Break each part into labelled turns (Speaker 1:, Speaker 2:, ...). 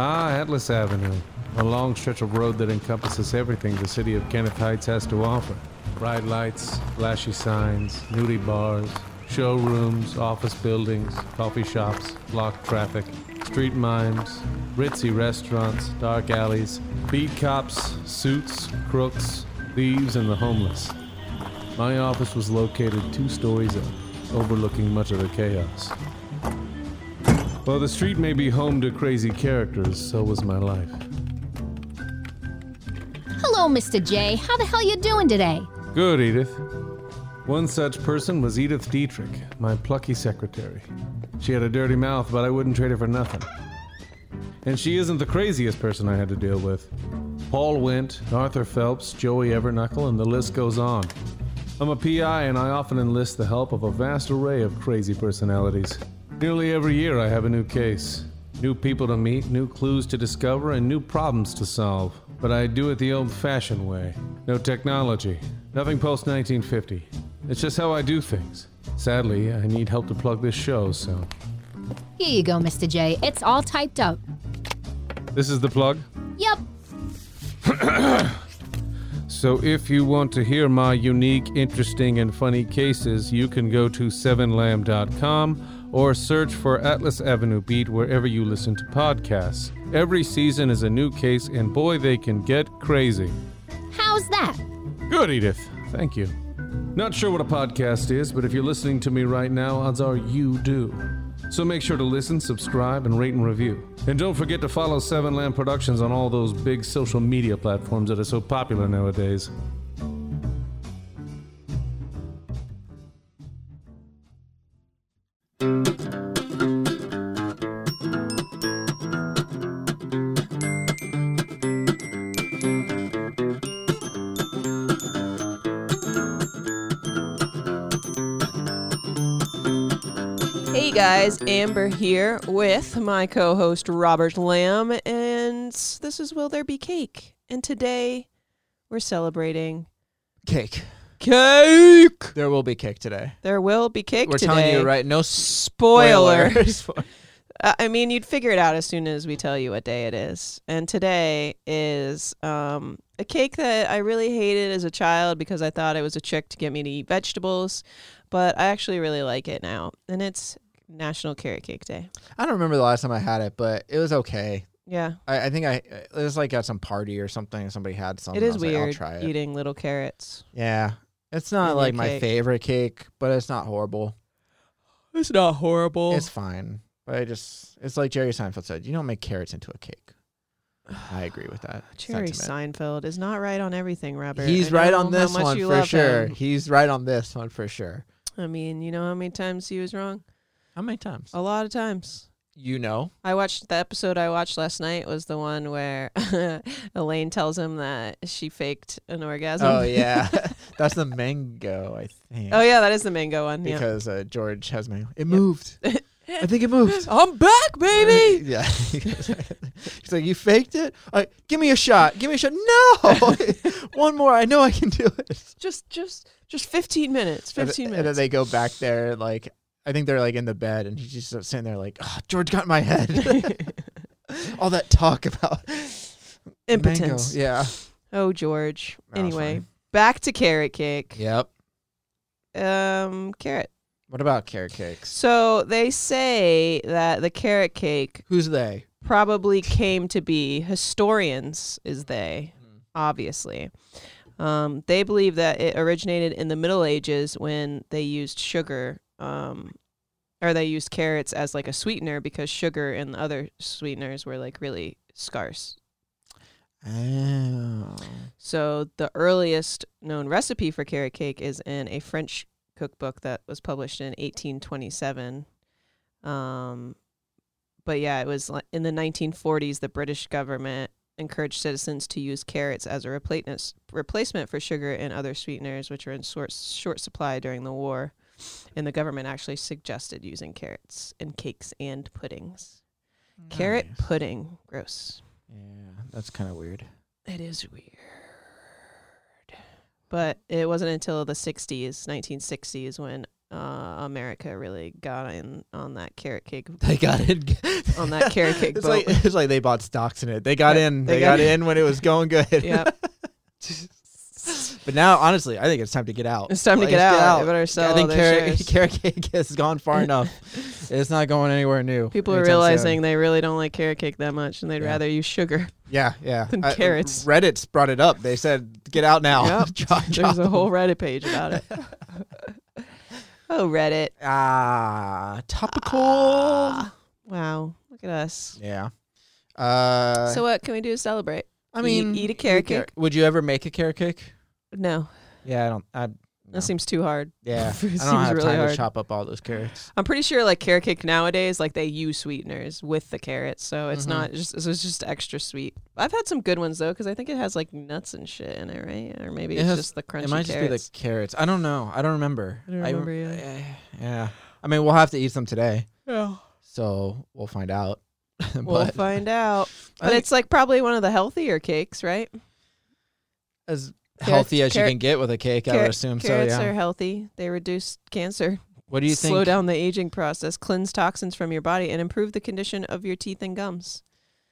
Speaker 1: Ah, Atlas Avenue, a long stretch of road that encompasses everything the city of Kenneth Heights has to offer. Bright lights, flashy signs, nudie bars, showrooms, office buildings, coffee shops, blocked traffic, street mimes, ritzy restaurants, dark alleys, beat cops, suits, crooks, thieves, and the homeless. My office was located two stories up, overlooking much of the chaos. While the street may be home to crazy characters, so was my life.
Speaker 2: Hello, Mr. J. How the hell you doing today?
Speaker 1: Good, Edith. One such person was Edith Dietrich, my plucky secretary. She had a dirty mouth, but I wouldn't trade her for nothing. And she isn't the craziest person I had to deal with. Paul Wint, Arthur Phelps, Joey Everknuckle, and the list goes on. I'm a PI, and I often enlist the help of a vast array of crazy personalities. Nearly every year, I have a new case. New people to meet, new clues to discover, and new problems to solve. But I do it the old fashioned way. No technology. Nothing post 1950. It's just how I do things. Sadly, I need help to plug this show, so.
Speaker 2: Here you go, Mr. J. It's all typed up.
Speaker 1: This is the plug?
Speaker 2: Yep.
Speaker 1: So if you want to hear my unique, interesting, and funny cases, you can go to sevenlam.com or search for Atlas Avenue Beat wherever you listen to podcasts. Every season is a new case, and boy, they can get crazy.
Speaker 2: How's that?
Speaker 1: Good, Edith. Thank you. Not sure what a podcast is, but if you're listening to me right now, odds are you do. So make sure to listen, subscribe, and rate and review. And don't forget to follow Seven Lamb Productions on all those big social media platforms that are so popular nowadays.
Speaker 3: Hey guys, Amber here with my co host Robert Lamb, and this is Will There Be Cake? And today we're celebrating
Speaker 4: cake.
Speaker 3: cake!
Speaker 4: There will be cake today.
Speaker 3: There will be cake
Speaker 4: We're
Speaker 3: today.
Speaker 4: telling you right. No
Speaker 3: Spoiler.
Speaker 4: spoilers.
Speaker 3: Uh, I mean, you'd figure it out as soon as we tell you what day it is. And today is um, a cake that I really hated as a child because I thought it was a trick to get me to eat vegetables, but I actually really like it now. And it's National Carrot Cake Day.
Speaker 4: I don't remember the last time I had it, but it was okay.
Speaker 3: Yeah.
Speaker 4: I, I think I it was like at some party or something. Somebody had
Speaker 3: It
Speaker 4: some. and I
Speaker 3: is
Speaker 4: was like,
Speaker 3: weird
Speaker 4: I'll try it.
Speaker 3: eating little carrots.
Speaker 4: Yeah, it's
Speaker 3: in
Speaker 4: not
Speaker 3: your
Speaker 4: like my
Speaker 3: cake.
Speaker 4: favorite cake, but it's not horrible.
Speaker 3: It's not horrible.
Speaker 4: It's fine. But I just it's like Jerry Seinfeld said. You don't make carrots into a cake. I agree with that.
Speaker 3: Jerry
Speaker 4: sentiment.
Speaker 3: Seinfeld is not right on everything, Robert. I
Speaker 4: He's right
Speaker 3: know
Speaker 4: on
Speaker 3: how
Speaker 4: this
Speaker 3: much
Speaker 4: one
Speaker 3: you
Speaker 4: for
Speaker 3: love
Speaker 4: sure.
Speaker 3: him.
Speaker 4: He's right on this one for sure.
Speaker 3: I mean, you know how many times he was wrong?
Speaker 4: How many times?
Speaker 3: A lot of times.
Speaker 4: You know.
Speaker 3: I watched the episode I watched last night was the one where Elaine tells him that she faked an orgasm.
Speaker 4: Oh yeah, that's the mango. I think.
Speaker 3: oh yeah, that is the mango one. Yeah.
Speaker 4: because uh, George has mango. It moved. I think it moved.
Speaker 3: I'm back, Oh, baby.
Speaker 4: Yeah. He's like, you faked it. Uh, give me a shot. Give me a shot. No, one more. I know I can do it.
Speaker 3: Just just just 15 minutes.
Speaker 4: And-
Speaker 3: 15
Speaker 4: and, then
Speaker 3: minutes.
Speaker 4: they go back there. Like, I think they're like in the bed, and he's just sitting there, like, oh, George got in my head. All that talk about mango.
Speaker 3: Impotence.
Speaker 4: Yeah.
Speaker 3: Oh, George.
Speaker 4: No, it's
Speaker 3: anyway,
Speaker 4: fine.
Speaker 3: back to carrot cake.
Speaker 4: Yep.
Speaker 3: Um, carrot.
Speaker 4: What about carrot cakes?
Speaker 3: So they say that the carrot cake
Speaker 4: Who's they?
Speaker 3: probably came to be historians is they obviously um, they believe that it originated in the middle ages when they used sugar um, or they used carrots as like a sweetener because sugar and other sweeteners were like really scarce
Speaker 4: Oh.
Speaker 3: so the earliest known recipe for carrot cake is in a French cookbook that was published in 1827. Um, but yeah, it was li- in the 1940s. The British government encouraged citizens to use carrots as a replacement replacement for sugar and other sweeteners, which were in short, short supply during the war. And the government actually suggested using carrots in cakes and puddings. Carrot
Speaker 4: Nice.
Speaker 3: pudding, gross.
Speaker 4: Yeah, that's kind of weird.
Speaker 3: It is weird. But it wasn't until the 60s, 1960s, when uh, America really got in on that carrot cake.
Speaker 4: They got it
Speaker 3: On that carrot cake
Speaker 4: it's
Speaker 3: boat.
Speaker 4: Like, it's like they bought stocks in it. They got
Speaker 3: Yeah,
Speaker 4: in.
Speaker 3: they
Speaker 4: They,
Speaker 3: got
Speaker 4: got, in when it was going good.
Speaker 3: Yep.
Speaker 4: But now, honestly, I think it's time to get out.
Speaker 3: It's time to
Speaker 4: Like,
Speaker 3: get
Speaker 4: let's
Speaker 3: out. They better sell
Speaker 4: I think
Speaker 3: their
Speaker 4: carrot,
Speaker 3: shares.
Speaker 4: carrot cake has gone far enough. It's not going anywhere new.
Speaker 3: People are
Speaker 4: anytime
Speaker 3: realizing
Speaker 4: soon.
Speaker 3: they really don't like carrot cake that much and they'd
Speaker 4: Yeah.
Speaker 3: rather use sugar.
Speaker 4: Yeah, yeah.
Speaker 3: than carrots.
Speaker 4: Reddit's brought it up. They said, "Get out now."
Speaker 3: Yep.
Speaker 4: Drop- drop
Speaker 3: There's a whole Reddit page about it. oh, Reddit.
Speaker 4: Ah, topical.
Speaker 3: Ah. Wow. Look at us.
Speaker 4: Yeah. Uh,
Speaker 3: so, what can we do to celebrate?
Speaker 4: I
Speaker 3: eat-
Speaker 4: mean,
Speaker 3: eat a carrot cake?
Speaker 4: Would you ever make a carrot cake?
Speaker 3: No,
Speaker 4: Yeah, I don't. I, No.
Speaker 3: that seems too hard.
Speaker 4: yeah,
Speaker 3: It
Speaker 4: I don't
Speaker 3: seems
Speaker 4: have
Speaker 3: really
Speaker 4: time
Speaker 3: hard.
Speaker 4: to chop up all those carrots.
Speaker 3: I'm pretty sure like carrot cake nowadays, like they use sweeteners with the carrots, so it's
Speaker 4: Mhm.
Speaker 3: not just so it's just extra sweet. I've had some good ones though, because I think it has like nuts and shit in it, right? Or maybe
Speaker 4: It
Speaker 3: it's
Speaker 4: has-
Speaker 3: just the crunchy
Speaker 4: it might just
Speaker 3: carrots.
Speaker 4: be the carrots. I don't know. I don't remember.
Speaker 3: I don't
Speaker 4: rem-
Speaker 3: remember
Speaker 4: I- yeah. I mean, we'll have to eat some today,
Speaker 3: yeah.
Speaker 4: so we'll find out. but
Speaker 3: We'll find out.
Speaker 4: I
Speaker 3: But
Speaker 4: think
Speaker 3: it's like probably one of the healthier cakes, right?
Speaker 4: as
Speaker 3: carrots-
Speaker 4: healthy as
Speaker 3: carrot-
Speaker 4: you can get with a cake. I
Speaker 3: carrot-
Speaker 4: would assume so.
Speaker 3: carrots
Speaker 4: Yeah.
Speaker 3: are healthy. They reduce cancer,
Speaker 4: what do you
Speaker 3: slow
Speaker 4: think?
Speaker 3: down the aging process, cleanse toxins from your body, and improve the condition of your teeth and gums.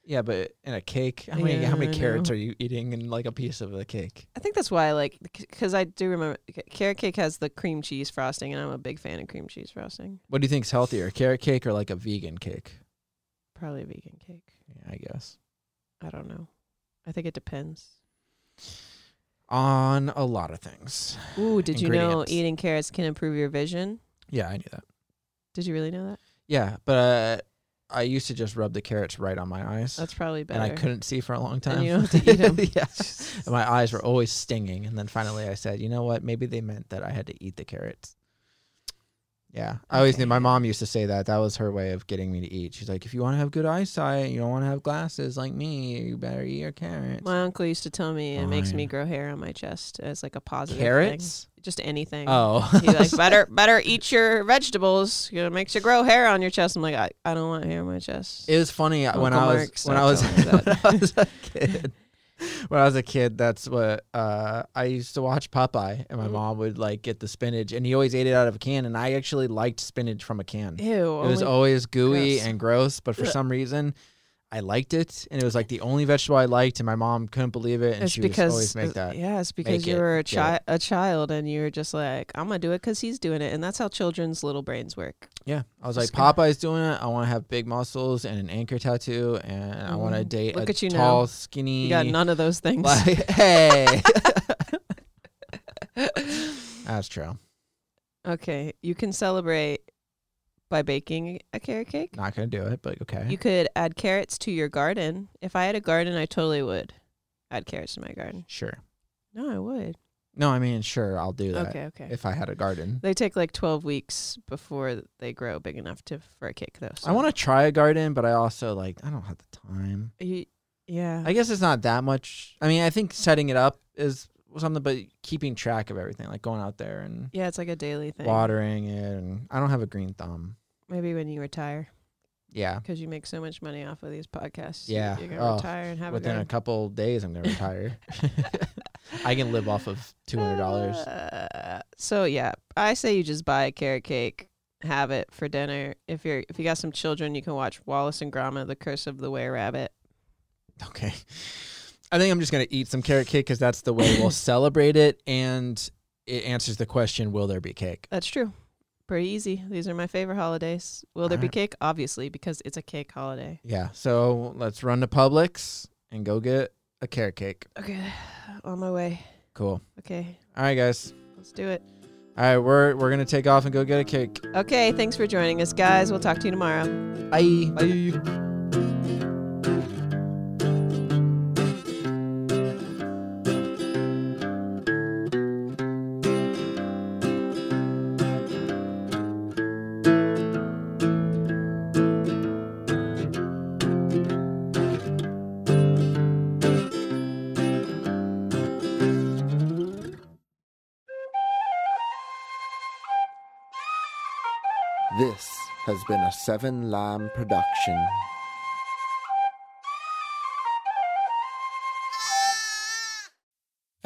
Speaker 4: Yeah, but in a cake, how many
Speaker 3: Yeah,
Speaker 4: how
Speaker 3: I
Speaker 4: many carrots
Speaker 3: know.
Speaker 4: are you eating in like a piece of the cake?
Speaker 3: I think that's why I like because I do remember c- carrot cake has the cream cheese frosting, and I'm a big fan of cream cheese frosting.
Speaker 4: What do you think's healthier, carrot cake or like a vegan cake?
Speaker 3: Probably a vegan cake.
Speaker 4: Yeah, I guess.
Speaker 3: I don't know. I think it depends.
Speaker 4: On a lot of things.
Speaker 3: Ooh, did you know
Speaker 4: Ingredients.
Speaker 3: eating carrots can improve your vision?
Speaker 4: Yeah, I knew that.
Speaker 3: Did you really know that?
Speaker 4: Yeah, but uh, I used to just rub the carrots right on my eyes,
Speaker 3: That's probably better.
Speaker 4: and I couldn't see for a long time.
Speaker 3: you don't have to eat 'em.
Speaker 4: yeah, and my eyes were always stinging. And then finally, I said, "You know what? Maybe they meant that I had to eat the carrots." Yeah, I always knew. My
Speaker 3: Okay.
Speaker 4: mom used to say that. That was her way of getting me to eat. She's like, "If you want to have good eyesight, and you don't want to have glasses like me. You better eat your carrots."
Speaker 3: My uncle used to tell me it makes me
Speaker 4: Fine.
Speaker 3: grow hair on my chest as like a positive
Speaker 4: carrots?
Speaker 3: thing. Just anything.
Speaker 4: Oh,
Speaker 3: He's like, better, better eat your vegetables. You know, it makes you grow hair on your chest. I'm like, I, I don't want hair on my chest.
Speaker 4: It was funny uh, when
Speaker 3: Uncle
Speaker 4: I was
Speaker 3: Mark, stop
Speaker 4: when I was,
Speaker 3: telling me that.
Speaker 4: when I was a kid. When I was a kid, that's what uh, I used to watch Popeye, and my
Speaker 3: Mm.
Speaker 4: mom would like get the spinach, and he always ate it out of a can, and I actually liked spinach from a can.
Speaker 3: Ew. oh
Speaker 4: it was always gooey
Speaker 3: gross.
Speaker 4: and gross, but for
Speaker 3: Ugh.
Speaker 4: some reason, I liked it, and it was like the only vegetable I liked, and my mom couldn't believe it, and
Speaker 3: it's
Speaker 4: she
Speaker 3: because
Speaker 4: would always make
Speaker 3: it's-
Speaker 4: that.
Speaker 3: Yeah, it's because
Speaker 4: Make
Speaker 3: you
Speaker 4: it,
Speaker 3: were a
Speaker 4: get
Speaker 3: child,
Speaker 4: it.
Speaker 3: a child, and you were just like, I'm gonna do it because he's doing it, and that's how children's little brains work.
Speaker 4: Yeah, I was
Speaker 3: Just
Speaker 4: like,
Speaker 3: gonna-
Speaker 4: Popeye's doing it. I want to have big muscles and an anchor tattoo, and I want to
Speaker 3: Mhm.
Speaker 4: date
Speaker 3: Look
Speaker 4: a
Speaker 3: at you now.
Speaker 4: tall, skinny.
Speaker 3: You got none of those things.
Speaker 4: Like, hey. That's true.
Speaker 3: Okay, you can celebrate by baking a carrot cake.
Speaker 4: Not gonna do it, but okay.
Speaker 3: You could add carrots to your garden. If I had a garden, I totally would add carrots to my garden.
Speaker 4: sure.
Speaker 3: No, I would.
Speaker 4: No, I mean, sure, I'll do that
Speaker 3: Okay, okay.
Speaker 4: if I had a garden.
Speaker 3: They take like 12 weeks before they grow big enough to for a cake, though.
Speaker 4: I want to try a garden, but I also like I don't have the time.
Speaker 3: to. Yeah.
Speaker 4: I guess it's not that much. I mean, I think setting it up is something, but keeping track of everything, like going out there and
Speaker 3: yeah, it's like a daily thing.
Speaker 4: watering it, and I don't have a green thumb.
Speaker 3: Maybe when you retire,
Speaker 4: Yeah,
Speaker 3: because you make so much money off of these podcasts.
Speaker 4: Yeah.
Speaker 3: You're going to
Speaker 4: Oh,
Speaker 3: retire and have
Speaker 4: within a
Speaker 3: it.
Speaker 4: couple days, I'm gonna retire. I can live off of two hundred dollars.
Speaker 3: Uh, so, yeah, I say you just buy a carrot cake. Have it for dinner. If you're if you got some children, you can watch Wallace and Gromit: The Curse of the Were Rabbit.
Speaker 4: Okay. I think I'm just going to eat some carrot cake because that's the way we'll celebrate it. And it answers the question will there be cake?
Speaker 3: That's true. Pretty easy. These are my favorite holidays. Will there be
Speaker 4: Alright.
Speaker 3: cake? Obviously, because it's a cake holiday.
Speaker 4: Yeah. So let's run to Publix and go get a carrot cake.
Speaker 3: Okay, on my way.
Speaker 4: Cool.
Speaker 3: Okay,
Speaker 4: All right, guys.
Speaker 3: let's do it.
Speaker 4: All right, we're we're gonna take off and go get a cake.
Speaker 3: Okay, thanks for joining us, guys. We'll talk to you tomorrow.
Speaker 4: Bye.
Speaker 1: Bye.
Speaker 5: This has been a Seven Lamb production.